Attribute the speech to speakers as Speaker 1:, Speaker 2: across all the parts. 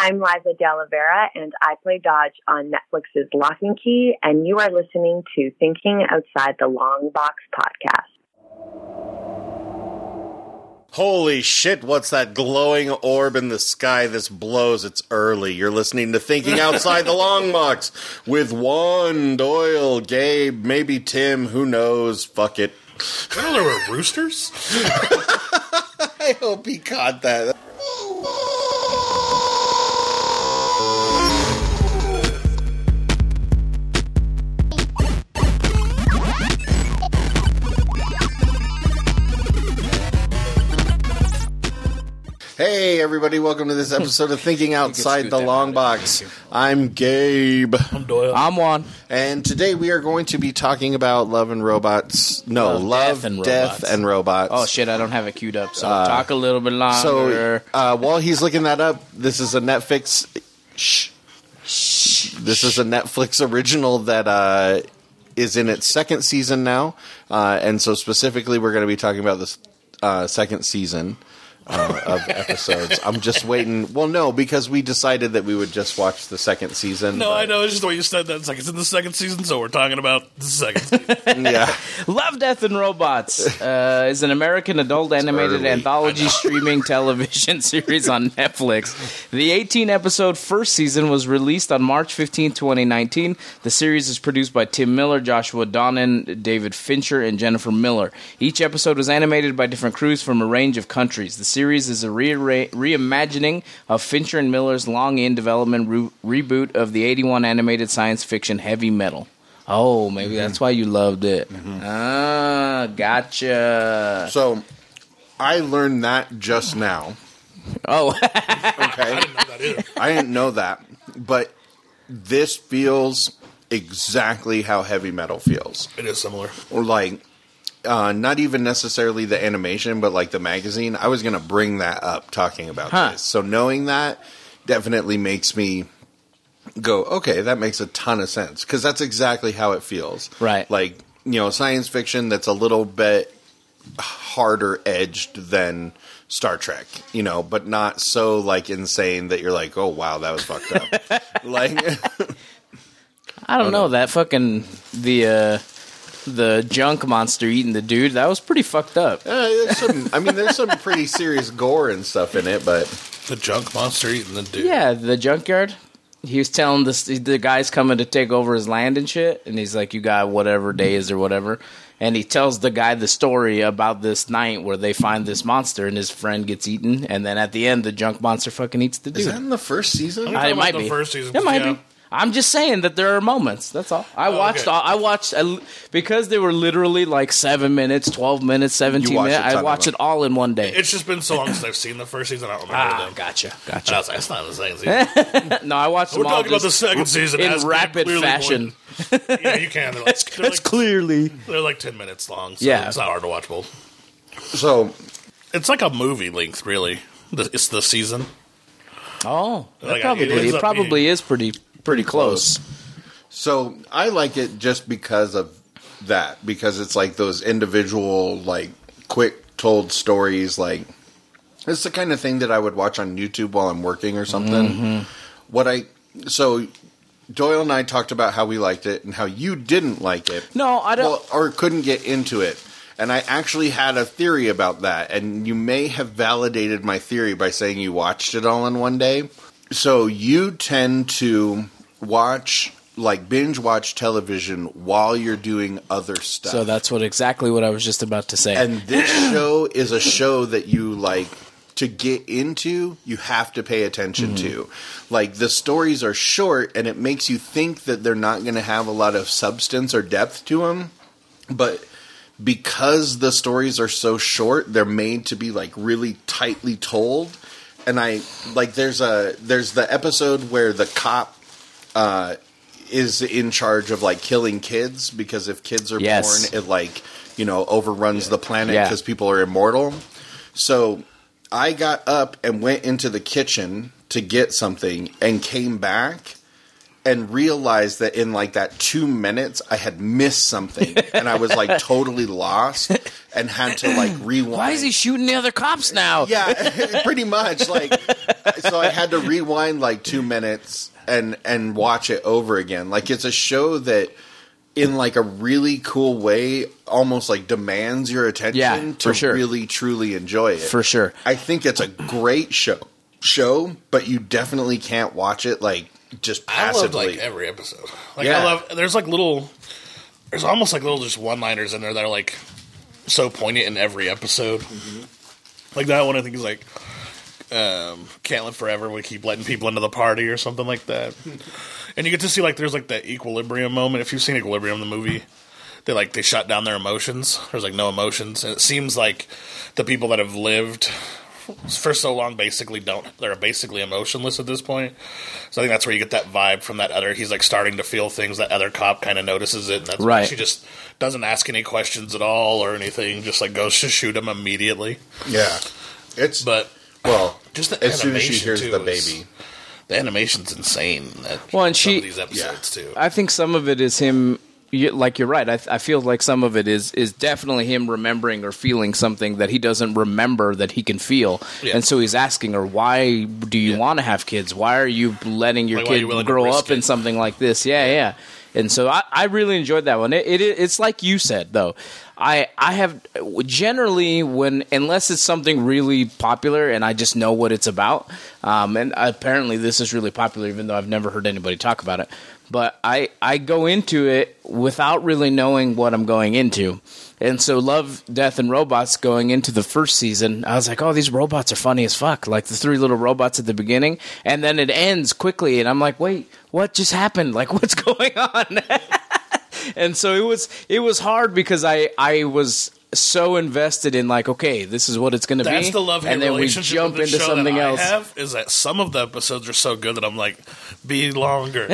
Speaker 1: I'm Liza Delavera, and I play Dodge on Netflix's Lock and Key, and you are listening to Thinking Outside the Long Box podcast.
Speaker 2: Holy shit, what's that glowing orb in the sky? This blows. It's early. You're listening to Thinking Outside the Long Box with Juan, Doyle, Gabe, maybe Tim, who knows? Fuck it.
Speaker 3: I don't know, we're roosters?
Speaker 2: I hope he caught that. Hey, everybody, welcome to this episode of Thinking Outside the Long Box. I'm Gabe.
Speaker 3: I'm Doyle.
Speaker 4: I'm Juan.
Speaker 2: And today we are going to be talking about love and robots. No, love, love death, and, death robots. and robots.
Speaker 4: Oh, shit, I don't have it queued up, so uh, talk a little bit longer.
Speaker 2: So, uh, while he's looking that up, this is a Netflix. Shh. Shh. This is a Netflix original that. Uh, is in its second season now, Uh, and so specifically, we're going to be talking about this second season. Uh, of episodes. I'm just waiting. Well, no, because we decided that we would just watch the second season.
Speaker 3: No, but... I know. It's just the way you said that. It's like it's in the second season, so we're talking about the second season.
Speaker 2: yeah.
Speaker 4: Love, Death, and Robots uh, is an American adult it's animated early. anthology streaming television series on Netflix. The 18 episode first season was released on March 15, 2019. The series is produced by Tim Miller, Joshua Donnan, David Fincher, and Jennifer Miller. Each episode was animated by different crews from a range of countries. The series is a re- re- reimagining of Fincher and Miller's long in development re- reboot of the 81 animated science fiction Heavy Metal. Oh, maybe mm-hmm. that's why you loved it. Mm-hmm. Ah, gotcha.
Speaker 2: So I learned that just now.
Speaker 4: Oh, okay.
Speaker 2: I didn't know that either. I didn't know that, but this feels exactly how heavy metal feels.
Speaker 3: It is similar.
Speaker 2: Or like uh, not even necessarily the animation, but like the magazine. I was going to bring that up talking about huh. this. So knowing that definitely makes me go, okay, that makes a ton of sense because that's exactly how it feels.
Speaker 4: Right.
Speaker 2: Like, you know, science fiction that's a little bit harder edged than Star Trek, you know, but not so like insane that you're like, oh, wow, that was fucked up. like,
Speaker 4: I don't oh, know. No. That fucking, the, uh, the junk monster eating the dude. That was pretty fucked up.
Speaker 2: Uh, some, I mean, there's some pretty serious gore and stuff in it, but
Speaker 3: the junk monster eating the dude.
Speaker 4: Yeah, the junkyard. He was telling this, the guy's coming to take over his land and shit, and he's like, "You got whatever days or whatever." And he tells the guy the story about this night where they find this monster and his friend gets eaten, and then at the end, the junk monster fucking eats the dude.
Speaker 2: Is that in the first season?
Speaker 4: I, it might
Speaker 3: be. first season.
Speaker 4: It might yeah. be. I'm just saying that there are moments. That's all. I oh, watched. Okay. All, I watched I, because they were literally like seven minutes, twelve minutes, seventeen minutes. I watched it all in one day.
Speaker 3: It's just been so long since I've seen the first season. I don't remember ah, them.
Speaker 4: Gotcha,
Speaker 3: And
Speaker 4: gotcha.
Speaker 3: I was like, it's not the second season.
Speaker 4: no, I watched.
Speaker 3: We're talking about the second season
Speaker 4: in rapid fashion.
Speaker 3: yeah, you can. They're like,
Speaker 4: that's,
Speaker 3: they're
Speaker 4: that's like, clearly
Speaker 3: they're like ten minutes long. So yeah, it's not hard to watch both.
Speaker 2: So
Speaker 3: it's like a movie length, really. It's the season.
Speaker 4: Oh, like, probably it, it probably being, is pretty
Speaker 2: pretty close. So I like it just because of that, because it's like those individual, like quick told stories. Like it's the kind of thing that I would watch on YouTube while I'm working or something. Mm-hmm. What I so Doyle and I talked about how we liked it and how you didn't like it.
Speaker 4: No, I don't,
Speaker 2: well, or couldn't get into it. And I actually had a theory about that, and you may have validated my theory by saying you watched it all in one day so you tend to watch like binge watch television while you're doing other stuff.
Speaker 4: So that's what exactly what I was just about to say.
Speaker 2: And this show is a show that you like to get into, you have to pay attention mm-hmm. to. Like the stories are short and it makes you think that they're not going to have a lot of substance or depth to them, but because the stories are so short, they're made to be like really tightly told and I like there's a there's the episode where the cop uh, is in charge of like killing kids because if kids are yes. born, it like you know overruns yeah. the planet because yeah. people are immortal. So I got up and went into the kitchen to get something and came back and realized that in like that two minutes I had missed something and I was like totally lost and had to like rewind.
Speaker 4: Why is he shooting the other cops now?
Speaker 2: Yeah, pretty much. Like so I had to rewind like two minutes and and watch it over again. Like it's a show that in like a really cool way almost like demands your attention
Speaker 4: Yeah, for
Speaker 2: to
Speaker 4: sure.
Speaker 2: really truly enjoy it.
Speaker 4: For sure.
Speaker 2: I think it's a great show show, but you definitely can't watch it like just
Speaker 3: I loved
Speaker 2: passively.
Speaker 3: like every episode. Like
Speaker 2: Yeah.
Speaker 3: I love there's like little there's almost like little just one liners in there that are like so poignant in every episode.
Speaker 2: Mm-hmm.
Speaker 3: Like that one I think is like um can't live forever, we keep letting people into the party or something like that. and you get to see like there's like that equilibrium moment. If you've seen Equilibrium the movie, they like they shut down their emotions. There's like no emotions. And it seems like the people that have lived for so long basically don't they're basically emotionless at this point. So I think that's where you get that vibe from that other. He's like starting to feel things. That other cop kind of notices it, and that's why
Speaker 4: Right.
Speaker 3: she just doesn't ask any questions at all or anything. Just like goes to shoot him immediately.
Speaker 2: yeah. It's
Speaker 3: But
Speaker 2: well,
Speaker 3: just the
Speaker 2: as soon as she
Speaker 3: animation,
Speaker 2: hears
Speaker 3: too,
Speaker 2: the
Speaker 3: is-
Speaker 2: baby.
Speaker 3: the animation's insane. That,
Speaker 4: Well, and
Speaker 3: some
Speaker 4: she-
Speaker 3: of these episodes too.
Speaker 4: I think some of it is him. you- Like you're right. I, I feel like some of it is is definitely him remembering or feeling something that he doesn't remember that he can feel,
Speaker 3: Yeah.
Speaker 4: and so he's asking her, "Why do you
Speaker 3: Yeah.
Speaker 4: want to have kids? Why are you letting your
Speaker 3: Like, why are
Speaker 4: kid
Speaker 3: you willing to
Speaker 4: grow
Speaker 3: risk
Speaker 4: up in
Speaker 3: it?"
Speaker 4: something like this?" Yeah, yeah. And so I, I really enjoyed that one. It, it it's like you said though. I I have generally when unless it's something really popular and I just know what it's about. Um, and apparently this is really popular, even though I've never heard anybody talk about it. But I I go into it without really knowing what I'm going into. And so, Love, Death, and Robots going into the first season, I was like, oh, these robots are funny as fuck. Like the three little robots at the beginning. And then it ends quickly. And I'm like, wait, what just happened? Like, what's going on? and so it was it was hard because I I was so invested in like okay this is what it's going to be
Speaker 3: That's the love hate
Speaker 4: and then we
Speaker 3: relationship.
Speaker 4: jump
Speaker 3: with the
Speaker 4: into
Speaker 3: show
Speaker 4: something
Speaker 3: that
Speaker 4: else
Speaker 3: I have is that some of the episodes are so good that I'm like, be longer.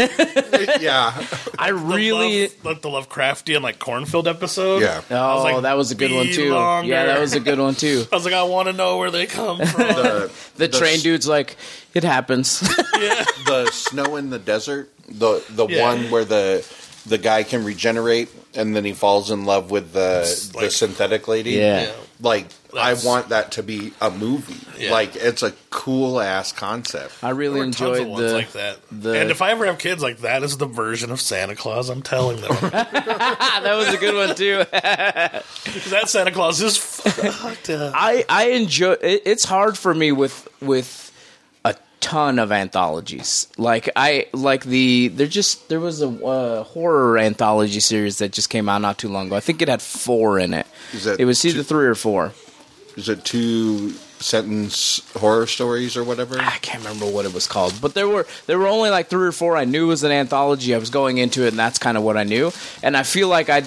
Speaker 2: yeah.
Speaker 4: I really
Speaker 3: the love, like the Lovecraftian like cornfield episode.
Speaker 2: Yeah.
Speaker 4: oh
Speaker 3: I was like,
Speaker 4: that was a good
Speaker 3: "Be
Speaker 4: one too
Speaker 3: longer."
Speaker 4: yeah that was a good one too
Speaker 3: I was like, I want to know where they come from.
Speaker 2: The,
Speaker 4: the train
Speaker 2: s-
Speaker 4: dude's like it happens
Speaker 2: the snow in the desert, the the
Speaker 3: Yeah.
Speaker 2: one where the the guy can regenerate and then he falls in love with the
Speaker 3: like-
Speaker 2: the synthetic lady.
Speaker 4: Yeah.
Speaker 2: Like
Speaker 3: That's-
Speaker 2: I want that to be a movie.
Speaker 3: Yeah.
Speaker 2: Like it's a cool ass concept.
Speaker 4: I really
Speaker 3: There were tons
Speaker 4: enjoyed
Speaker 3: of ones
Speaker 4: the
Speaker 3: like that.
Speaker 4: the-
Speaker 3: and if I ever have kids, like that is the version of Santa Claus. I'm telling them 'Cause
Speaker 4: Ah, that was a good one too.
Speaker 3: that Santa Claus is fucked up.
Speaker 4: I I enjoy. It, it's hard for me with with a ton of anthologies. Like I like the there just there was a uh, horror anthology series that just came out not too long ago. I think it had four in it.
Speaker 2: Is that
Speaker 4: it was either
Speaker 2: two-
Speaker 4: three or four.
Speaker 2: Is it two sentence horror stories or whatever?
Speaker 4: I can't remember what it was called, but there were there were only like three or four I knew was an anthology. I was going into it, and that's kind of what I knew. And I feel like I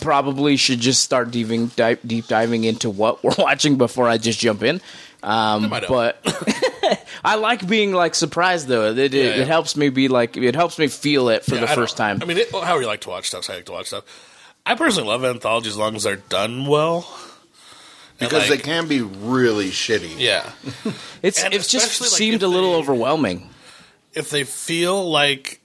Speaker 4: probably should just start deeping dive, deep diving into what we're watching before I just jump in. Um,
Speaker 3: might help.
Speaker 4: but I like being like surprised though. It, it,
Speaker 3: yeah.
Speaker 4: it helps me be like it helps me feel it for
Speaker 3: Yeah,
Speaker 4: the
Speaker 3: I don't-
Speaker 4: first time.
Speaker 3: I mean, it, well, however you like to watch stuff, so I like to watch stuff. I personally love anthologies as long as they're done well. And,
Speaker 2: because they
Speaker 3: like,
Speaker 2: can be really shitty.
Speaker 3: yeah.
Speaker 4: it's
Speaker 3: and
Speaker 4: it just
Speaker 3: especially, like,
Speaker 4: seemed
Speaker 3: if
Speaker 4: a little
Speaker 3: they-
Speaker 4: overwhelming.
Speaker 3: if they feel like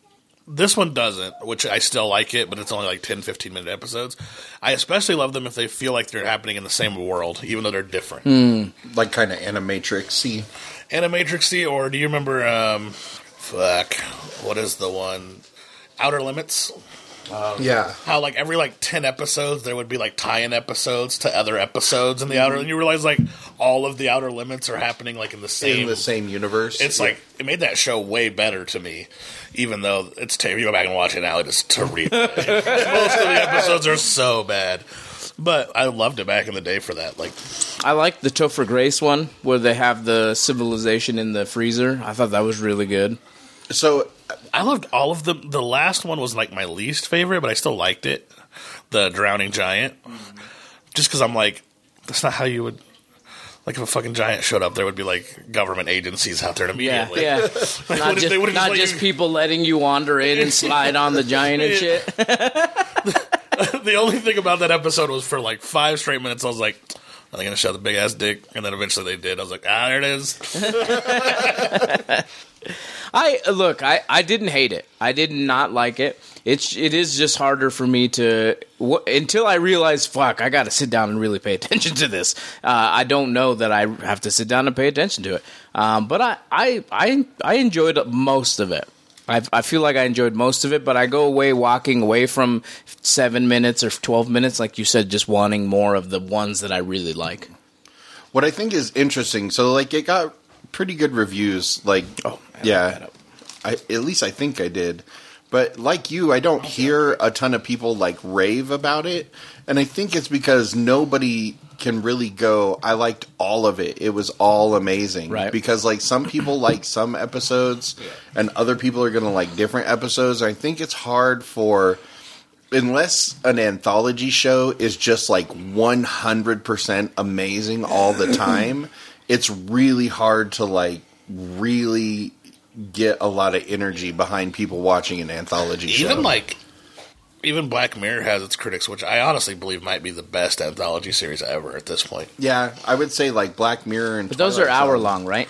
Speaker 3: this one doesn't, which I still like it, but it's only like 10, 15 minute episodes. I especially love them if they feel like they're happening in the same world, even though they're different.
Speaker 4: Hmm.
Speaker 2: Like kind of animatrixy.
Speaker 3: Animatrixy, or do you remember? Um, fuck, what is the one? Outer Limits.
Speaker 2: yeah.
Speaker 3: How like every like ten episodes there would be like tie-in episodes to other episodes in the outer, and you realize like all of the outer limits are happening like in the same
Speaker 2: In the same universe.
Speaker 3: It's like it made that show way better to me, even though it's terrible. You go back and watch it now; it is terrible. Most of the episodes are so bad, but I loved it back in the day for that. Like,
Speaker 4: I like the Topher Grace one where they have the civilization in the freezer. I thought that was really good.
Speaker 2: so
Speaker 3: I loved all of them. The last one was like my least favorite, but I still liked it. The drowning giant, just because I'm like, that's not how you would. Like if a fucking giant showed up, there would be like government agencies out there
Speaker 4: Yeah,
Speaker 3: immediately.
Speaker 4: yeah. not
Speaker 3: would've-
Speaker 4: just,
Speaker 3: they would've
Speaker 4: not
Speaker 3: just let
Speaker 4: just
Speaker 3: you-
Speaker 4: people letting you wander in and slide on the giant and shit.
Speaker 3: the only thing about that episode was for like five straight minutes, I was like, Are they going to show the big ass dick? And then eventually they did. I was like, ah, there it is.
Speaker 4: I look, I, I didn't hate it. I did not like it. It's it is just harder for me to wh- until I realize, fuck, I got to sit down and really pay attention to this. Uh, I don't know that I have to sit down and pay attention to it. Um, but I, I I I enjoyed most of it. I I feel like I enjoyed most of it, but I go away walking away from seven minutes or twelve minutes, like you said, just wanting more of the ones that I really like.
Speaker 2: What I think is interesting, so like it got pretty good reviews. Like, oh,
Speaker 4: looked that
Speaker 2: yeah,
Speaker 4: up.
Speaker 2: I, at least I think I did. But like you, I don't hear a ton of people like rave about it, and I think it's because nobody can really go. I liked all of it; it was all amazing.
Speaker 4: Right.
Speaker 2: Because like some people like some episodes, and other people are going to like different episodes. I think it's hard for unless an anthology show is just like 100% amazing all the time it's really hard to like really get a lot of energy behind people watching an anthology show
Speaker 3: Even like, even Black Mirror has its critics, which I honestly believe might be the best anthology series ever at this point.
Speaker 2: yeah i would say like black mirror and
Speaker 4: But those are hour long, right?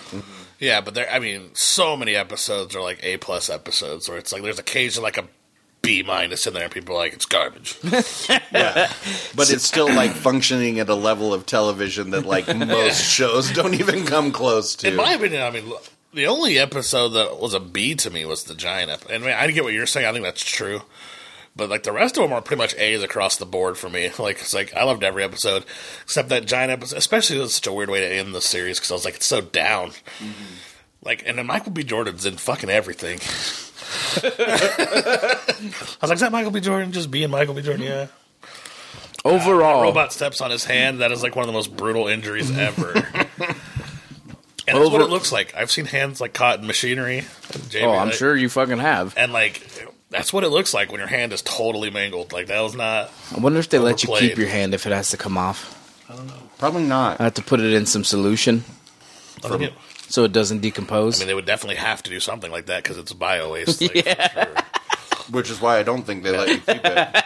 Speaker 3: Yeah, but there, I mean, so many episodes are like A plus episodes where it's like there's occasionally like a B minus in there and people are like, it's garbage.
Speaker 2: but it's still like functioning at a level of television that like most shows don't even come close to
Speaker 3: In my opinion, I mean, look, the only episode that was a B to me was the giant episode. And I, mean, I get what you're saying. I think that's true. But like the rest of them are pretty much A's across the board for me. Like it's like I loved every episode except that giant episode. Especially it was such a weird way to end the series because I was like it's so down. Like and then Michael B. Jordan's in fucking everything. I was like, is that Michael B. Jordan just being Michael B. Jordan? Yeah.
Speaker 4: Overall,
Speaker 3: Robot steps on his hand. That is like one of the most brutal injuries ever. and that's what
Speaker 4: Over-
Speaker 3: it looks like. I've seen hands like caught in machinery. Jamie,
Speaker 4: oh, I'm
Speaker 3: like-
Speaker 4: sure you fucking have.
Speaker 3: And like that's what it looks like when your hand is totally mangled. Like that was not.
Speaker 4: I wonder if they let you keep
Speaker 3: Overplayed.
Speaker 4: your hand if it has to come off.
Speaker 2: probably not
Speaker 4: I have to put it in some solution
Speaker 3: I think it-
Speaker 4: so it doesn't
Speaker 3: I
Speaker 4: decompose.
Speaker 3: mean, they would definitely have to do something like that because it's bio waste. Like,
Speaker 4: Yeah.
Speaker 3: for sure.
Speaker 2: which is why i don't think they let you keep it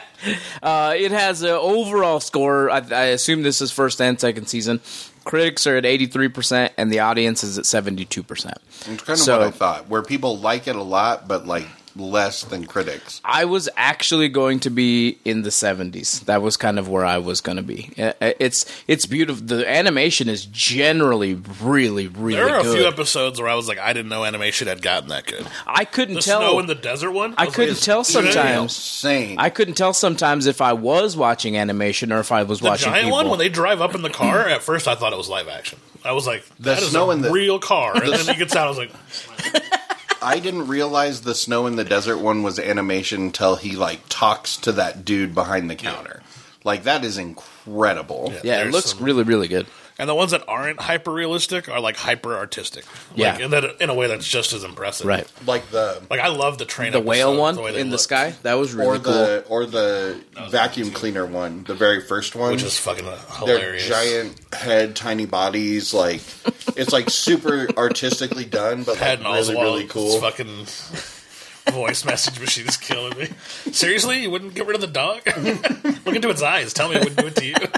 Speaker 4: uh, it has an overall score. I, I assume this is first and second season. Critics are at 83% and the audience is at 72%.
Speaker 2: it's kind of
Speaker 4: So-
Speaker 2: what i thought where people like it a lot but like less than critics
Speaker 4: I was actually going to be in the 70s. That was kind of where I was going to be. Uh, It's it's beautiful. The animation is generally really really
Speaker 3: There are a
Speaker 4: good.
Speaker 3: few episodes where I was like, I didn't know animation had gotten that good.
Speaker 4: I couldn't
Speaker 3: The
Speaker 4: tell
Speaker 3: snow in the desert one.
Speaker 4: I
Speaker 3: was like,
Speaker 4: couldn't tell
Speaker 3: "Is that real?"
Speaker 4: sometimes.
Speaker 2: insane
Speaker 4: I couldn't tell sometimes if I was watching animation or if I was
Speaker 3: The
Speaker 4: watching
Speaker 3: giant
Speaker 4: people.
Speaker 3: one when they drive up in the car. At first, I thought it was live action. I was like,
Speaker 2: The
Speaker 3: "That is
Speaker 2: snow
Speaker 3: a
Speaker 2: in the-
Speaker 3: real car." And then he gets out. I was like,
Speaker 2: I didn't realize the snow in the desert one was animation until he like talks to that dude behind the counter. Like that is incredible.
Speaker 4: yeah, it
Speaker 3: There's
Speaker 4: looks
Speaker 3: some-
Speaker 4: really really good.
Speaker 3: And the ones that aren't hyper realistic are like hyper artistic.
Speaker 4: Yeah.
Speaker 3: Like, and that in a way that's just as impressive.
Speaker 4: Right.
Speaker 2: Like the
Speaker 3: Like I love the train.
Speaker 4: The whale
Speaker 3: episode,
Speaker 4: one
Speaker 3: way they
Speaker 4: in the
Speaker 3: look,
Speaker 4: sky that was
Speaker 2: or
Speaker 4: really cool.
Speaker 2: the or the vacuum cleaner one, the very first one.
Speaker 3: which is fucking
Speaker 2: they're
Speaker 3: hilarious.
Speaker 2: giant head, tiny bodies, like it's like super artistically done, but
Speaker 3: Patton
Speaker 2: like really,
Speaker 3: Oswalt,
Speaker 2: really cool.
Speaker 3: This fucking voice message machine is killing me. Seriously, you wouldn't get rid of the dog? Look into its eyes. Tell me it wouldn't do it to you.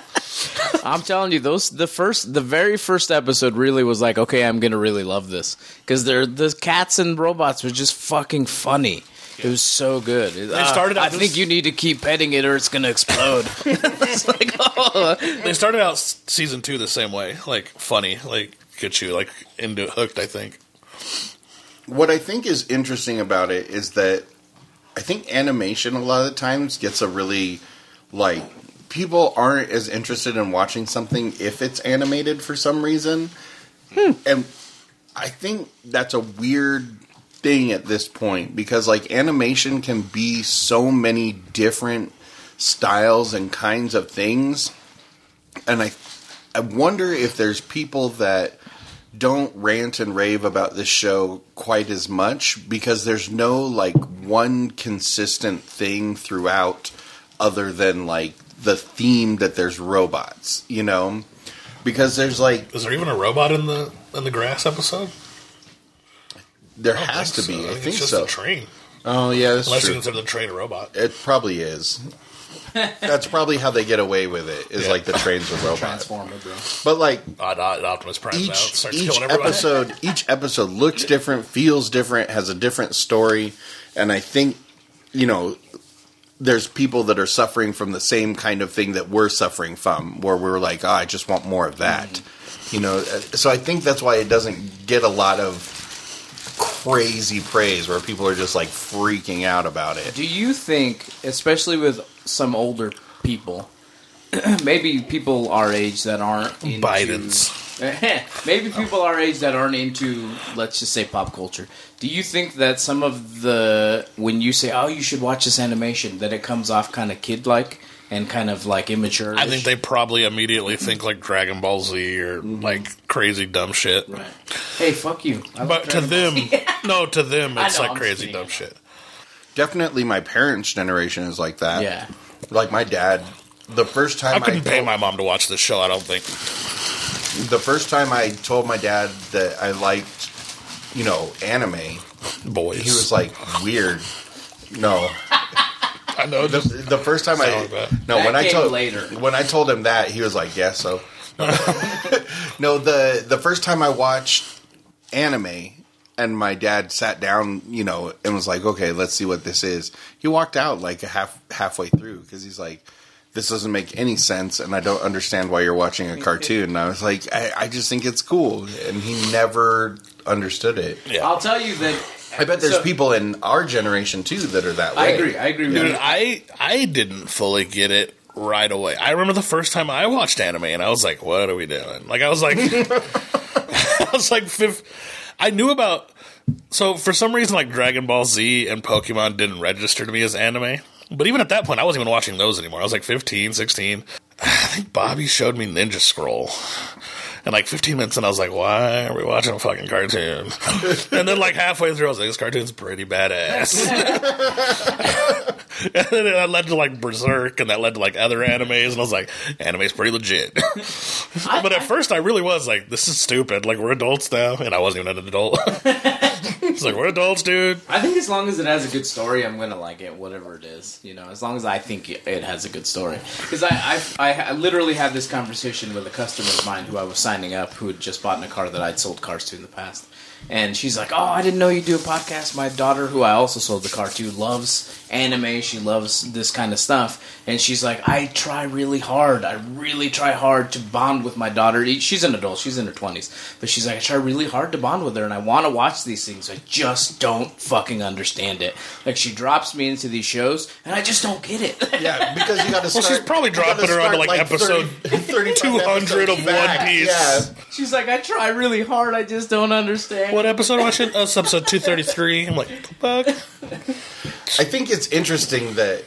Speaker 4: I'm telling you, those the first, the very first episode really was like, okay, I'm gonna really love this because they're the cats and robots were just fucking funny. It was so good. It- uh,
Speaker 3: started out
Speaker 4: I
Speaker 3: this-
Speaker 4: think you need to keep petting it or it's gonna explode. it's like, oh.
Speaker 3: They started out s- season two the same way, like funny, like get you like into it hooked. I think.
Speaker 2: what I think is interesting about it is that I think animation a lot of the times gets a really like people aren't as interested in watching something if it's animated for some reason. And I think that's a weird thing at this point because like animation can be so many different styles and kinds of things and I I wonder if there's people that don't rant and rave about this show quite as much because there's no like one consistent thing throughout other than like the theme that there's robots, you know? Because there's like
Speaker 3: Is there even a robot in the in the grass episode?
Speaker 2: there
Speaker 3: I don't
Speaker 2: has to
Speaker 3: think
Speaker 2: be.
Speaker 3: so.
Speaker 2: I think
Speaker 3: it's just
Speaker 2: so.
Speaker 3: a train.
Speaker 2: Oh yeah, that's
Speaker 3: Unless you
Speaker 2: true.
Speaker 3: consider them train a robot.
Speaker 2: It probably is. That's probably how they get away with it. Is
Speaker 3: Yeah.
Speaker 2: like the trains are robots,
Speaker 5: Transformer, bro.
Speaker 2: but like
Speaker 3: Odd, odd, Oh, Optimus Prime out,
Speaker 2: each
Speaker 3: starts
Speaker 2: each
Speaker 3: killing everybody.
Speaker 2: episode each episode looks different, feels different, has a different story, and I think you know there's people that are suffering from the same kind of thing that we're suffering from, where we're like, oh, I just want more of that,
Speaker 3: Mm-hmm.
Speaker 2: you know. uh, So I think that's why it doesn't get a lot of crazy praise, where people are just like freaking out about it.
Speaker 4: Do you think, especially with some older people, maybe people our age that aren't into,
Speaker 3: Biden's.
Speaker 4: maybe people our age that aren't into, let's just say, pop culture. Do you think that some of the when you say, "Oh, you should watch this animation," that it comes off kind of kid-like and kind of like immature?
Speaker 3: I think they probably immediately think like Dragon Ball Z or
Speaker 2: Mm-hmm.
Speaker 3: like crazy dumb shit.
Speaker 4: Right. Hey, fuck you! I like
Speaker 3: But to
Speaker 4: Dragon Ball
Speaker 3: them,
Speaker 4: Z.
Speaker 3: no, to them,
Speaker 4: I
Speaker 3: it's
Speaker 4: know,
Speaker 3: like
Speaker 4: I'm
Speaker 3: crazy
Speaker 4: just
Speaker 3: dumb
Speaker 4: kidding.
Speaker 3: shit.
Speaker 2: Definitely, my parents' generation is like that.
Speaker 4: yeah.
Speaker 2: like my dad. The first
Speaker 3: I
Speaker 2: time
Speaker 3: couldn't pay
Speaker 2: told-
Speaker 3: my mom to watch this show. I don't think.
Speaker 2: the first time I told my dad that I liked, you know, anime, he
Speaker 3: Boys,
Speaker 2: was like, weird. No,
Speaker 3: I know.
Speaker 2: the,
Speaker 3: Just,
Speaker 2: the first time I
Speaker 3: Sounds bad.
Speaker 2: no
Speaker 4: That
Speaker 2: when I
Speaker 4: came
Speaker 2: told
Speaker 4: later.
Speaker 2: when I told him that he was like, yeah, so no the the first time I watched anime and my dad sat down, you know, and was like, okay, let's see what this is. He walked out like a half halfway through because he's like. This doesn't make any sense, and I don't understand why you're watching a cartoon. And I was like, I, I just think it's cool, and he never understood it.
Speaker 3: yeah.
Speaker 4: I'll tell you that.
Speaker 2: I bet there's
Speaker 4: so-
Speaker 2: people in our generation too that are that way.
Speaker 4: I agree. I agree with
Speaker 3: Dude,
Speaker 4: you.
Speaker 3: I I didn't fully get it right away. I remember the first time I watched anime, and I was like, "What are we doing?" Like, I was like, I was like, fifth. I knew about. So for some reason, like Dragon Ball Z and Pokemon didn't register to me as anime. But even at that point, I wasn't even watching those anymore. I was like 15, 16. I think Bobby showed me Ninja Scroll. And like 15 minutes and I was like, why are we watching a fucking cartoon? and then like halfway through, I was like, this cartoon's pretty badass. and then that led to like Berserk, and that led to like other animes, and I was like, anime's pretty legit. but at first, I really was like, this is stupid. Like we're adults now, and I wasn't even an adult. it's like we're adults, dude.
Speaker 4: I think as long as it has a good story, I'm gonna like it, whatever it is. You know, as long as I think it it has a good story. Because I, I, I, I literally had this conversation with a customer of mine who I was signing up, who had just bought in a car that I'd sold cars to in the past, and she's like, "Oh, I didn't know you do a podcast." My daughter, who I also sold the car to, loves anime. She loves this kind of stuff, and she's like, "I try really hard. I really try hard to bond with my daughter. E, She's an adult. She's in her twenties, but she's like, I try really hard to bond with her, and I want to watch these things. I just don't fucking understand it. Like she drops me into these shows, and I just don't get it.
Speaker 2: Yeah, because you got to.
Speaker 3: Well, she's probably dropping her onto, like, episode 200 of One Piece.
Speaker 2: Yeah,
Speaker 4: she's like, I try really hard. I just don't understand.
Speaker 3: What episode am I watching? Oh, it's episode two thirty three. I'm like, fuck.
Speaker 2: I think it's interesting that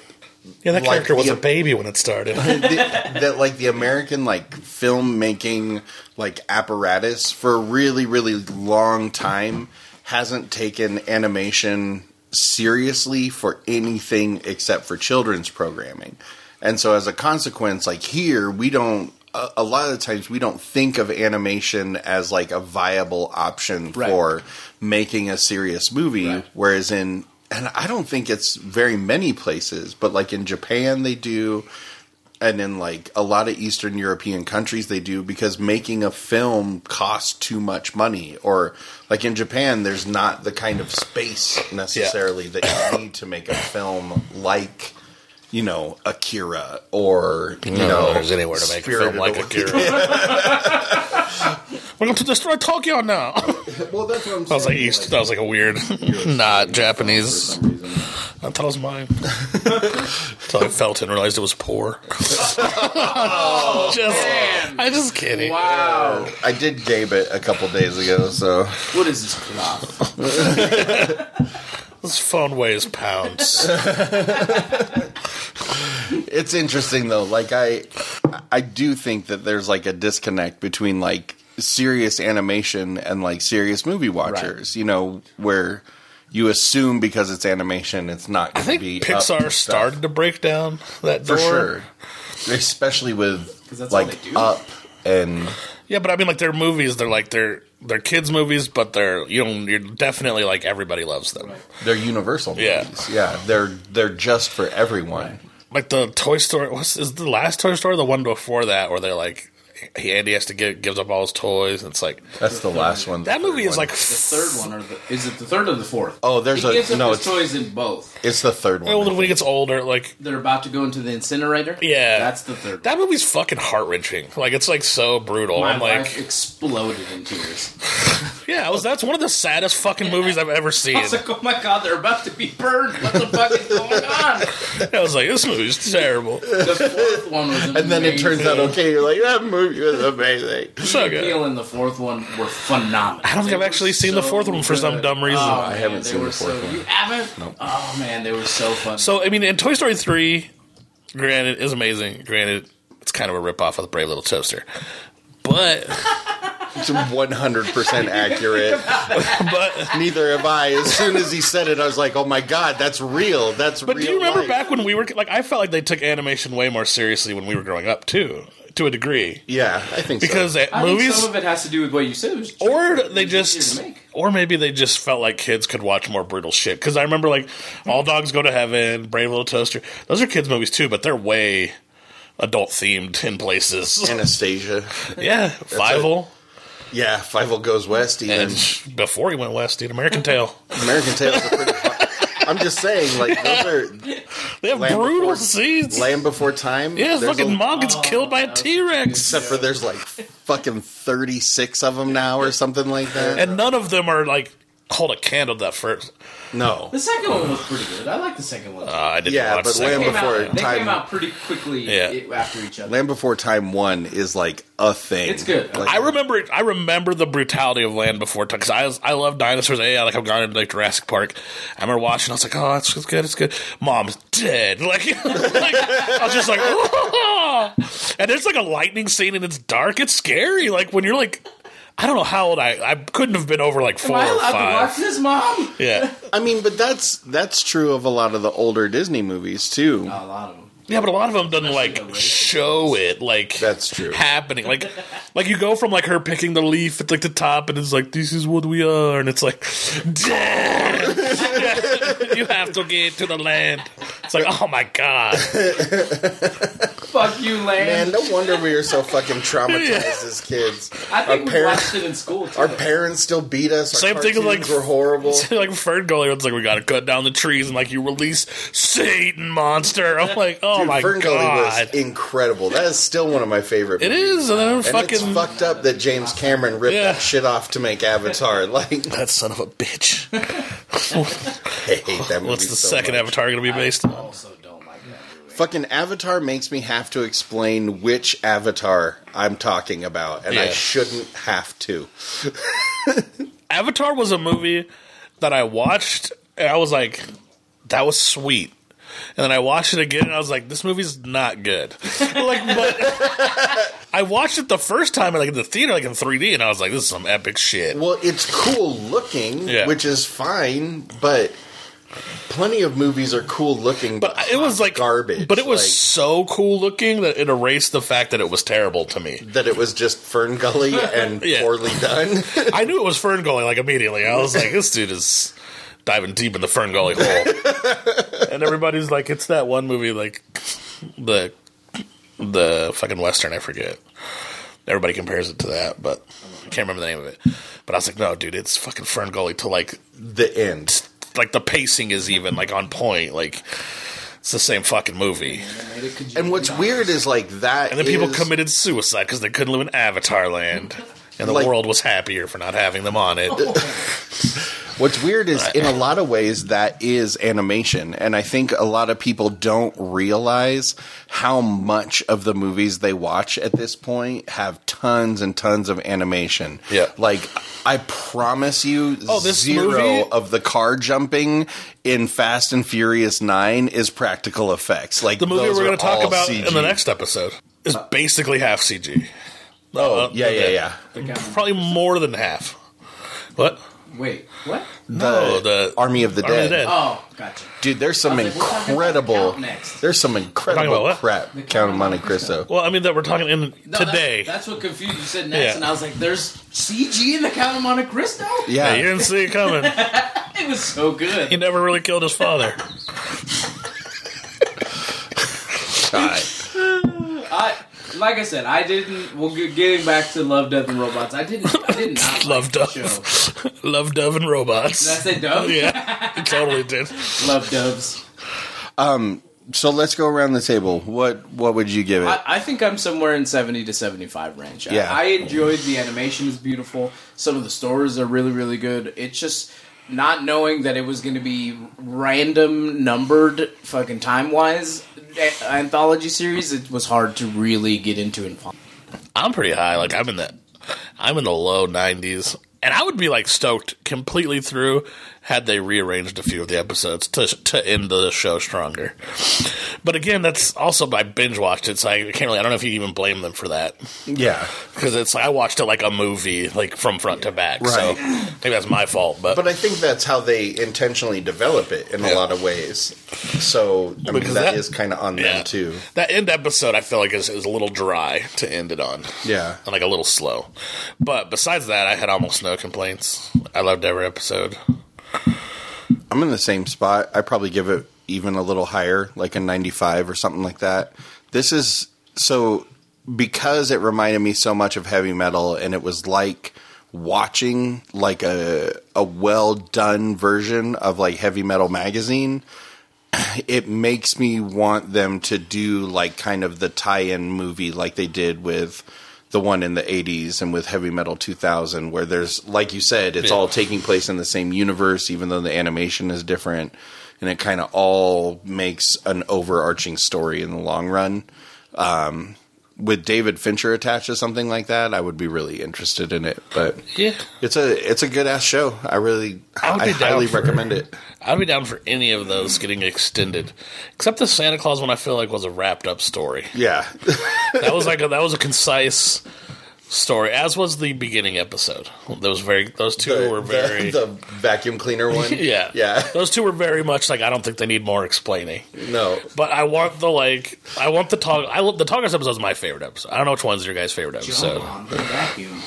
Speaker 3: Yeah, that
Speaker 2: Like
Speaker 3: character was
Speaker 2: the-
Speaker 3: a baby when it started.
Speaker 2: the, that like the American like filmmaking like apparatus for a really really long time hasn't taken animation seriously for anything except for children's programming. And so as a consequence like here we don't a, a lot of the times we don't think of animation as like a viable option
Speaker 4: Right.
Speaker 2: for making a serious movie
Speaker 4: Right.
Speaker 2: whereas in and I don't think it's very many places but like in Japan they do and in like a lot of Eastern European countries they do because making a film costs too much money or like in Japan there's not the kind of space necessarily that you need to make a film like you know Akira or you
Speaker 3: No,
Speaker 2: know
Speaker 3: there's anywhere to make a film
Speaker 2: Spirited
Speaker 3: like
Speaker 2: Away.
Speaker 3: Akira. We're going to destroy Tokyo now. I
Speaker 2: well that's what I'm saying
Speaker 3: was like, East. That was like a weird, not Japanese.
Speaker 2: for some reason.
Speaker 3: I thought it was mine. Until I felt it and realized it was poor. just, I'm just kidding.
Speaker 4: Wow.
Speaker 2: I did gabe it a couple days ago so
Speaker 4: What is this cloth?
Speaker 3: This phone weighs pounds.
Speaker 2: It's interesting though. Like I, I do think that there's like a disconnect between like serious animation and like serious movie watchers. You know, where you assume because it's animation, it's not
Speaker 3: I
Speaker 2: going to
Speaker 3: think
Speaker 2: be up to
Speaker 3: Pixar
Speaker 2: stuff.
Speaker 3: started to break down that
Speaker 2: for
Speaker 3: door.
Speaker 2: sure, especially with
Speaker 4: that's all
Speaker 2: like
Speaker 4: they do.
Speaker 2: up and
Speaker 3: Yeah, but I mean, like they're movies. They're like they're they're kids movies, but they're you know you're definitely like everybody loves them.
Speaker 2: They're universal
Speaker 3: Yeah.
Speaker 2: movies. Yeah, they're they're just for everyone.
Speaker 3: Like the Toy Story. What's is the last Toy Story? The one before that, where they're like he Andy has to give gives up all his toys. And it's like
Speaker 2: That's the last one.
Speaker 3: that movie is like
Speaker 5: The third one, or the, is it the third or the fourth?
Speaker 2: Oh, there's
Speaker 5: he
Speaker 2: a-
Speaker 5: gives up
Speaker 2: no,
Speaker 5: his
Speaker 2: it's-
Speaker 5: toys in both.
Speaker 2: it's the third one.
Speaker 3: when he gets older. Like
Speaker 5: They're about to go into the incinerator.
Speaker 3: Yeah.
Speaker 5: that's the third.
Speaker 3: that movie's fucking heart wrenching. Like it's like so brutal.
Speaker 5: one. My
Speaker 3: I'm
Speaker 5: wife
Speaker 3: like,
Speaker 5: exploded in tears.
Speaker 3: yeah, it was, that's one of the saddest fucking movies I've ever seen.
Speaker 5: I was like, oh my god, they're about to be burned. What the fuck is going on?
Speaker 3: I was like, this movie's terrible.
Speaker 5: The fourth one was amazing.
Speaker 2: and then it turns out okay. You're like that movie was amazing.
Speaker 3: So
Speaker 5: Peele
Speaker 3: good.
Speaker 5: and the fourth one were phenomenal.
Speaker 3: I don't think I've actually seen the fourth one for some dumb reason.
Speaker 5: I
Speaker 2: haven't seen the fourth
Speaker 5: so,
Speaker 2: one.
Speaker 5: You haven't? Oh man, they were so fun.
Speaker 3: So I mean, in Toy Story three, granted, is amazing. Granted, it's kind of a ripoff of the Brave Little Toaster, but
Speaker 2: It's 100 percent accurate.
Speaker 3: but
Speaker 2: Neither have I. As soon as he said it, I was like, oh my god, that's real. That's
Speaker 3: but
Speaker 2: real
Speaker 3: do you remember
Speaker 2: life.
Speaker 3: back when we were like I felt like they took animation way more seriously when we were growing up too, to a degree,
Speaker 2: Yeah, I think
Speaker 3: because
Speaker 2: so.
Speaker 3: at
Speaker 5: I think
Speaker 3: movies.
Speaker 5: some of it has to do with what you said. It was
Speaker 3: or they
Speaker 5: It's easier
Speaker 3: just
Speaker 5: to make.
Speaker 3: or maybe they just felt like kids could watch more brutal shit because i remember like
Speaker 2: Mm-hmm.
Speaker 3: all dogs go to heaven brave little toaster those are kids movies too but they're way adult themed in places
Speaker 2: Anastasia.
Speaker 3: yeah fivel
Speaker 2: Yeah, Fievel goes west. Even
Speaker 3: and before he went west dude american tail
Speaker 2: American Tales are pretty. Fun. I'm just saying, like those are
Speaker 3: they have
Speaker 2: Land
Speaker 3: brutal
Speaker 2: Before-
Speaker 3: scedes
Speaker 2: Land Before Time.
Speaker 3: yeah
Speaker 2: there's
Speaker 3: fucking
Speaker 2: a- Oh,
Speaker 3: mom gets killed by a t-rex
Speaker 2: Except for there's like fucking 36 of them now or something like that.
Speaker 3: and none of them are like hold a candle to that first
Speaker 2: no.
Speaker 5: The second one was pretty good. I like the second one.
Speaker 3: uh, i didn't
Speaker 2: Yeah,
Speaker 3: watch
Speaker 2: but
Speaker 3: that
Speaker 2: Land
Speaker 5: They came
Speaker 3: one.
Speaker 5: out-
Speaker 2: before
Speaker 5: they
Speaker 2: time-
Speaker 5: came out pretty quickly
Speaker 3: Yeah.
Speaker 5: i- after each other.
Speaker 2: Land Before Time 1 is like a thing.
Speaker 5: It's good.
Speaker 2: Like,
Speaker 3: I remember. it- I remember the brutality of Land Before Time because I was, I love dinosaurs. A, I like I've gone into like Jurassic Park. I remember watching. I was like, oh, it's, it's good. It's good. Mom's dead. Like, like, I was just like, and there's like a lightning scene and it's dark. It's scary. Like when you're like, I don't know how old I. I couldn't have been over like
Speaker 5: Am
Speaker 3: four
Speaker 5: I
Speaker 3: or
Speaker 5: allowed to watch
Speaker 3: five.
Speaker 5: this, Mom?
Speaker 3: Yeah,
Speaker 2: I mean, but that's that's true of a lot of the older Disney movies too.
Speaker 5: A lot of them.
Speaker 3: yeah, but a lot of them doesn't
Speaker 5: the
Speaker 3: like
Speaker 5: race.
Speaker 3: show it. Like
Speaker 2: That's true.
Speaker 3: Happening like, like you go from like her picking the leaf at like the top, and it's like this is what we are, and it's like, "Damn, you have to get to the land. It's like, oh my god,
Speaker 5: Fuck you, Land.
Speaker 2: Man, no wonder we are so fucking traumatized as kids.
Speaker 5: I think we
Speaker 2: parents-
Speaker 5: watched it in school. Too.
Speaker 2: Our parents still beat us. Our
Speaker 3: Same thing with, like,
Speaker 2: cartoons were horrible.
Speaker 3: It's like Fern Gully, it's like we got to cut down the trees, and like you release Satan monster. I'm like, oh
Speaker 2: Dude,
Speaker 3: my
Speaker 2: Fern Gully
Speaker 3: god,
Speaker 2: was incredible. That is still one of my favorite.
Speaker 3: it
Speaker 2: movies.
Speaker 3: is, and then
Speaker 2: And
Speaker 3: fucking
Speaker 2: it's fucked up that James Cameron ripped
Speaker 3: Yeah.
Speaker 2: that shit off to make Avatar. Like,
Speaker 3: that son of a bitch.
Speaker 2: I hate that movie.
Speaker 3: What's the
Speaker 2: so
Speaker 3: second
Speaker 2: much.
Speaker 3: Avatar going to be based on?
Speaker 5: also don't like that movie.
Speaker 2: Fucking Avatar makes me have to explain which Avatar I'm talking about, and I
Speaker 3: Yeah.
Speaker 2: shouldn't have to.
Speaker 3: Avatar was a movie that I watched and I was like, that was sweet. And then I watched it again and I was like, this movie's not good. like, but I watched it the first time like in the theater, like in 3D, and I was like, this is some epic shit.
Speaker 2: Well, it's cool looking,
Speaker 3: Yeah.
Speaker 2: which is fine, but plenty of movies are cool looking,
Speaker 3: But it was like
Speaker 2: Garbage,
Speaker 3: But it was
Speaker 2: like-
Speaker 3: so cool looking that it erased the fact that it was terrible to me.
Speaker 2: that it was just Fern Gully and
Speaker 3: Yeah.
Speaker 2: poorly done.
Speaker 3: I knew it was Fern Gully like immediately. I was like, this dude is diving deep in the Fern Gully hole. and everybody's like, it's that one movie like the the fucking western. I forget. Everybody compares it to that, but I can't remember the name of it. But I was like, no, dude, it's fucking Fern Gully to like
Speaker 2: the end.
Speaker 3: like the pacing is even like on point. Like it's the same fucking movie.
Speaker 5: They made a kajillion
Speaker 2: And what's
Speaker 5: dollars.
Speaker 2: weird is like that.
Speaker 3: And then people
Speaker 2: is-
Speaker 3: committed suicide because they couldn't live in Avatar Land. And the
Speaker 2: Like-
Speaker 3: world was happier for not having them on it.
Speaker 2: What's weird is, in a lot of ways, that is animation. And I think a lot of people don't realize how much of the movies they watch at this point have tons and tons of animation.
Speaker 3: Yeah.
Speaker 2: Like, I promise you,
Speaker 3: Oh, this
Speaker 2: zero
Speaker 3: movie-
Speaker 2: of the car jumping in Fast and Furious 9 is practical effects. Like,
Speaker 3: the movie
Speaker 2: those
Speaker 3: we're
Speaker 2: going to
Speaker 3: talk about in the next episode is basically half CG. Oh,
Speaker 2: Uh. Yeah, yeah, yeah.
Speaker 3: Probably more than half. What?
Speaker 4: Wait, what?
Speaker 3: No, the
Speaker 2: Army of the
Speaker 3: Army
Speaker 2: Dead.
Speaker 3: of the Dead.
Speaker 4: Oh, gotcha.
Speaker 2: Dude, there's some
Speaker 4: I was like, we're talking about
Speaker 2: incredible.
Speaker 4: Count next.
Speaker 2: There's some
Speaker 3: about
Speaker 2: incredible
Speaker 3: what?
Speaker 2: crap. Count of Monte Cristo.
Speaker 3: Well, I mean that we're talking in
Speaker 4: No, that's-
Speaker 3: today.
Speaker 4: That's, what confused you said next,
Speaker 3: Yeah.
Speaker 4: and I was like, "There's CG in the Count of Monte Cristo."
Speaker 3: Yeah,
Speaker 2: Yeah,
Speaker 3: you didn't see it coming.
Speaker 4: It was so good.
Speaker 3: he never really killed his father.
Speaker 2: God.
Speaker 4: I, like I said, I didn't. Well, get- getting back to Love, Death, and Robots, I didn't. I did not like
Speaker 3: Love
Speaker 4: the show.
Speaker 3: Dove, Love Dove and robots.
Speaker 4: Did I say dove?
Speaker 3: yeah, he totally did.
Speaker 4: Love doves.
Speaker 2: So let's go around the table. What what would you give it?
Speaker 4: I, I think I'm somewhere in 70 to 75 range. I-
Speaker 2: Yeah.
Speaker 4: I, enjoyed the animation is beautiful. Some of the stories are really really good. It's just not knowing that it was going to be random numbered fucking time wise anthology series. It was hard to really get into and follow.
Speaker 3: I'm pretty high. Like I'm in the, I'm in the low 90s, and I would be like stoked completely through had they rearranged a few of the episodes to to end the show stronger. But again, that's also I binge watched it, so I can't really. I don't know if you even blame them for that
Speaker 2: yeah,
Speaker 3: because it's I watched it like a movie, like from front to back. So
Speaker 2: Right.
Speaker 3: maybe that's my fault, but.
Speaker 2: but I think that's how they intentionally develop it in a
Speaker 3: Yeah.
Speaker 2: lot of ways. So I mean,
Speaker 3: Because
Speaker 2: that
Speaker 3: that-
Speaker 2: is kind of on
Speaker 3: yeah.
Speaker 2: them too.
Speaker 3: That end episode, I feel like is, is a little dry to end it on.
Speaker 2: Yeah,
Speaker 3: and, like a little slow. But besides that, I had almost no complaints. I loved every episode.
Speaker 2: I'm in the same spot. I probably give it even a little higher, like a 95 or something like that. This is so because it reminded me so much of heavy metal and it was like watching like a a well done version of like heavy metal magazine. It makes me want them to do like kind of the tie-in movie like they did with the one in the 80s and with Heavy Metal 2000 where there's like you said it's
Speaker 3: Yeah.
Speaker 2: all taking place in the same universe, even though the animation is different, and it kind of all makes an overarching story in the long run. Um, with David Fincher attached to something like that, I would be really interested in it. But
Speaker 3: Yeah,
Speaker 2: it's a it's a good ass show. I really
Speaker 3: I
Speaker 2: I,
Speaker 3: would be down
Speaker 2: highly
Speaker 3: for-
Speaker 2: recommend it.
Speaker 3: I'd be down for any of those getting extended, except the Santa Claus one. I feel like was a wrapped up story.
Speaker 2: Yeah,
Speaker 3: That was like a, that was a concise story, as was the beginning episode. Those very those two were
Speaker 2: The-
Speaker 3: very.
Speaker 2: the vacuum cleaner one.
Speaker 3: yeah,
Speaker 2: yeah.
Speaker 3: Those two were very much like I don't think they need more explaining.
Speaker 2: No,
Speaker 3: But I want the like I want the talk. I love the Tongas episode is my favorite episode. I don't know which one's your guys' favorite episode.
Speaker 4: on the vacuum.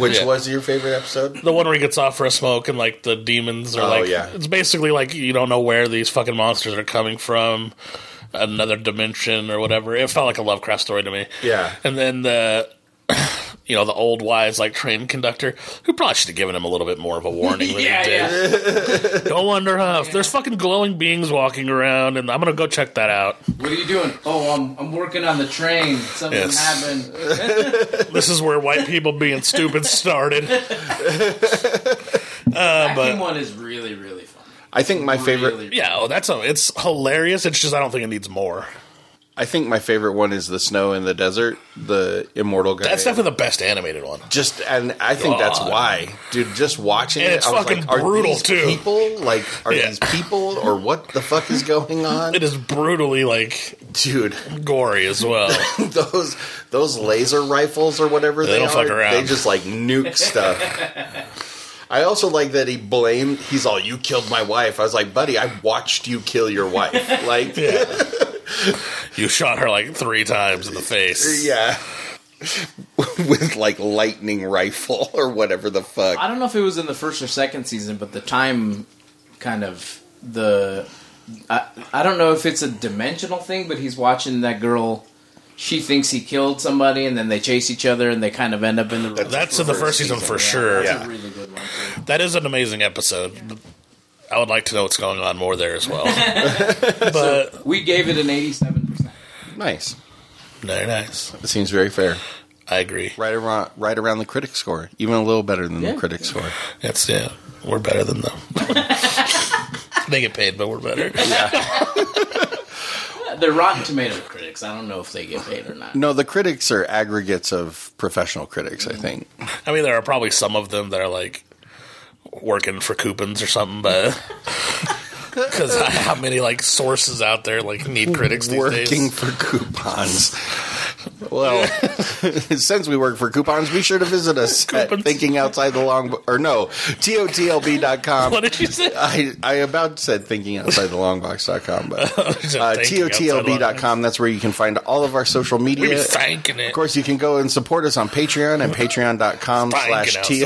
Speaker 2: which
Speaker 3: Yeah.
Speaker 2: was your favorite episode?
Speaker 3: The one where he gets off for a smoke and like the demons are
Speaker 2: Oh,
Speaker 3: like
Speaker 2: yeah.
Speaker 3: it's basically like you don't know where these fucking monsters are coming from, another dimension or whatever. It felt like a Lovecraft story to me.
Speaker 2: Yeah.
Speaker 3: And then the you know, the old wise like train conductor who probably should have given him a little bit more of a warning than
Speaker 4: Yeah,
Speaker 3: he did. Don't wonder huh? If There's fucking glowing beings walking around and I'm gonna go check that out.
Speaker 4: What are you doing? Oh, I'm, I'm working on the train. Something
Speaker 3: Yes.
Speaker 4: happened.
Speaker 3: This is where white people being stupid started.
Speaker 4: Vacuum one is really really fun.
Speaker 2: I think my favorite.
Speaker 4: Really,
Speaker 3: Yeah, oh, that's a, it's hilarious. It's just I don't think it needs more.
Speaker 2: I think my favorite one is the snow in the desert. The immortal guy.
Speaker 3: That's definitely the best animated one.
Speaker 2: just and I think that's
Speaker 3: God.
Speaker 2: why, dude. Just watching
Speaker 3: And
Speaker 2: it,
Speaker 3: it's
Speaker 2: I was
Speaker 3: fucking
Speaker 2: like, are
Speaker 3: brutal,
Speaker 2: these
Speaker 3: too.
Speaker 2: People like are
Speaker 3: Yeah.
Speaker 2: these people or what the fuck is going on,
Speaker 3: It is brutally like
Speaker 2: dude?
Speaker 3: gory as well.
Speaker 2: Those those laser rifles or whatever they,
Speaker 3: They don't
Speaker 2: are,
Speaker 3: fuck around.
Speaker 2: they just like nuke stuff. I also like that he blamed. He's all, "You killed my wife." I was like, "Buddy, I watched you kill your wife." Like, yeah.
Speaker 3: you shot her like three times in the face.
Speaker 2: with like lightning rifle or whatever the fuck.
Speaker 4: I don't know if it was in the first or second season, but the time kind of the I, I don't know if it's a dimensional thing, but he's watching that girl. She thinks he killed somebody, and then they chase each other, and they kind of end up in the.
Speaker 3: That's in the first season for sure.
Speaker 4: That's
Speaker 2: Yeah.
Speaker 4: a really good one. too.
Speaker 3: That is an amazing episode. I would like to know what's going on more there as well. but
Speaker 4: We gave it an eighty-seven percent.
Speaker 2: Nice.
Speaker 3: very nice.
Speaker 2: It seems very fair.
Speaker 3: I agree.
Speaker 2: right around right around the critic score, even a little better than
Speaker 4: Yeah.
Speaker 2: the critic score.
Speaker 3: It's yeah, we're better than them. they get paid, but we're better.
Speaker 4: They're Rotten Tomato critics. I don't know if they get paid or not.
Speaker 2: No, the critics are aggregates of professional critics. I think
Speaker 3: I mean, there are probably some of them that are like working for coupons or something, but because how many like sources out there like need critics these
Speaker 2: working
Speaker 3: days?
Speaker 2: for coupons. Well, since we work for coupons, be sure to visit us at
Speaker 3: Coupons.
Speaker 2: thinking outside the long bo- or no, totlb.com.
Speaker 3: What did you say?
Speaker 2: I, I about said thinking outside the longbox.com, but uh, totlb.com. That's where you can find all of our social
Speaker 3: We're
Speaker 2: media.
Speaker 3: thanking it.
Speaker 2: Of course, you can go and support us on Patreon at patreon.com
Speaker 3: Thinking
Speaker 2: slash
Speaker 3: outside the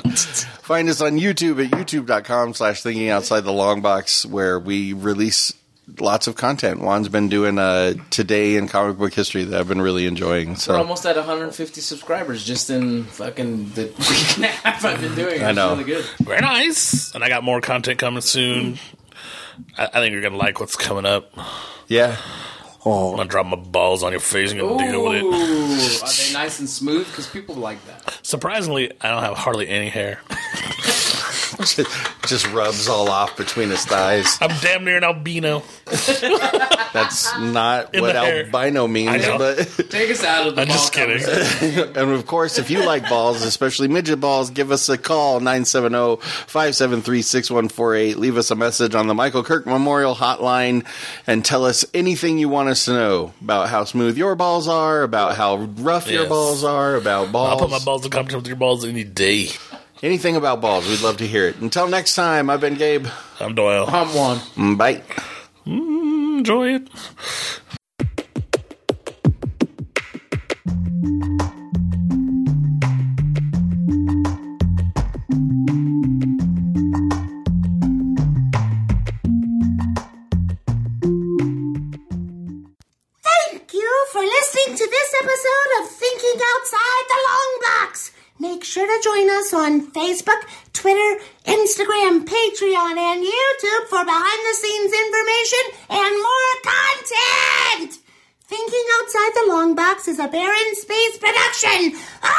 Speaker 2: TOTLB. Find us on YouTube at youtube.com slash thinking outside the long box, where we release lots of content. Juan's been doing uh, Today in Comic Book History that I've been really enjoying.
Speaker 4: We're
Speaker 2: So
Speaker 4: almost at 150 subscribers just in fucking the week and a half I've been doing. it.
Speaker 2: I
Speaker 4: It's
Speaker 2: know.
Speaker 4: really good.
Speaker 3: Very nice. And I got more content coming soon. I, I think you're gonna like what's coming up. I'm
Speaker 2: yeah,
Speaker 3: gonna drop my balls on your face and you're
Speaker 4: Ooh,
Speaker 3: gonna deal with it.
Speaker 4: are they nice and smooth? Because people like that.
Speaker 3: Surprisingly, I don't have hardly any hair.
Speaker 2: just rubs all off between his thighs.
Speaker 3: I'm damn near an albino.
Speaker 2: That's not
Speaker 3: In
Speaker 2: what
Speaker 3: the hair.
Speaker 2: albino means,
Speaker 3: know.
Speaker 2: but
Speaker 4: Take us out of the.
Speaker 3: I'm just
Speaker 4: ball
Speaker 3: kidding.
Speaker 4: conversation.
Speaker 2: And of course, if you like balls, especially midget balls, give us a call oh, 970-573-6148. Leave us a message on the Michael Kirk Memorial Hotline and tell us anything you want us to know about how smooth your balls are, about how rough your
Speaker 3: Yes.
Speaker 2: balls are, about balls.
Speaker 3: I'll put my balls in competition with your balls any day.
Speaker 2: anything about balls. We'd love to hear it. Until next time, I've been Gabe.
Speaker 3: I'm Doyle.
Speaker 4: I'm one.
Speaker 2: Bye.
Speaker 3: Enjoy it.
Speaker 6: Thank you for listening to this episode of Thinking Outside the Long Box. Make sure to join us on Facebook, Twitter, Instagram, Patreon, and YouTube for behind the scenes information and more content. Thinking Outside the Long Box is a Barren Space production.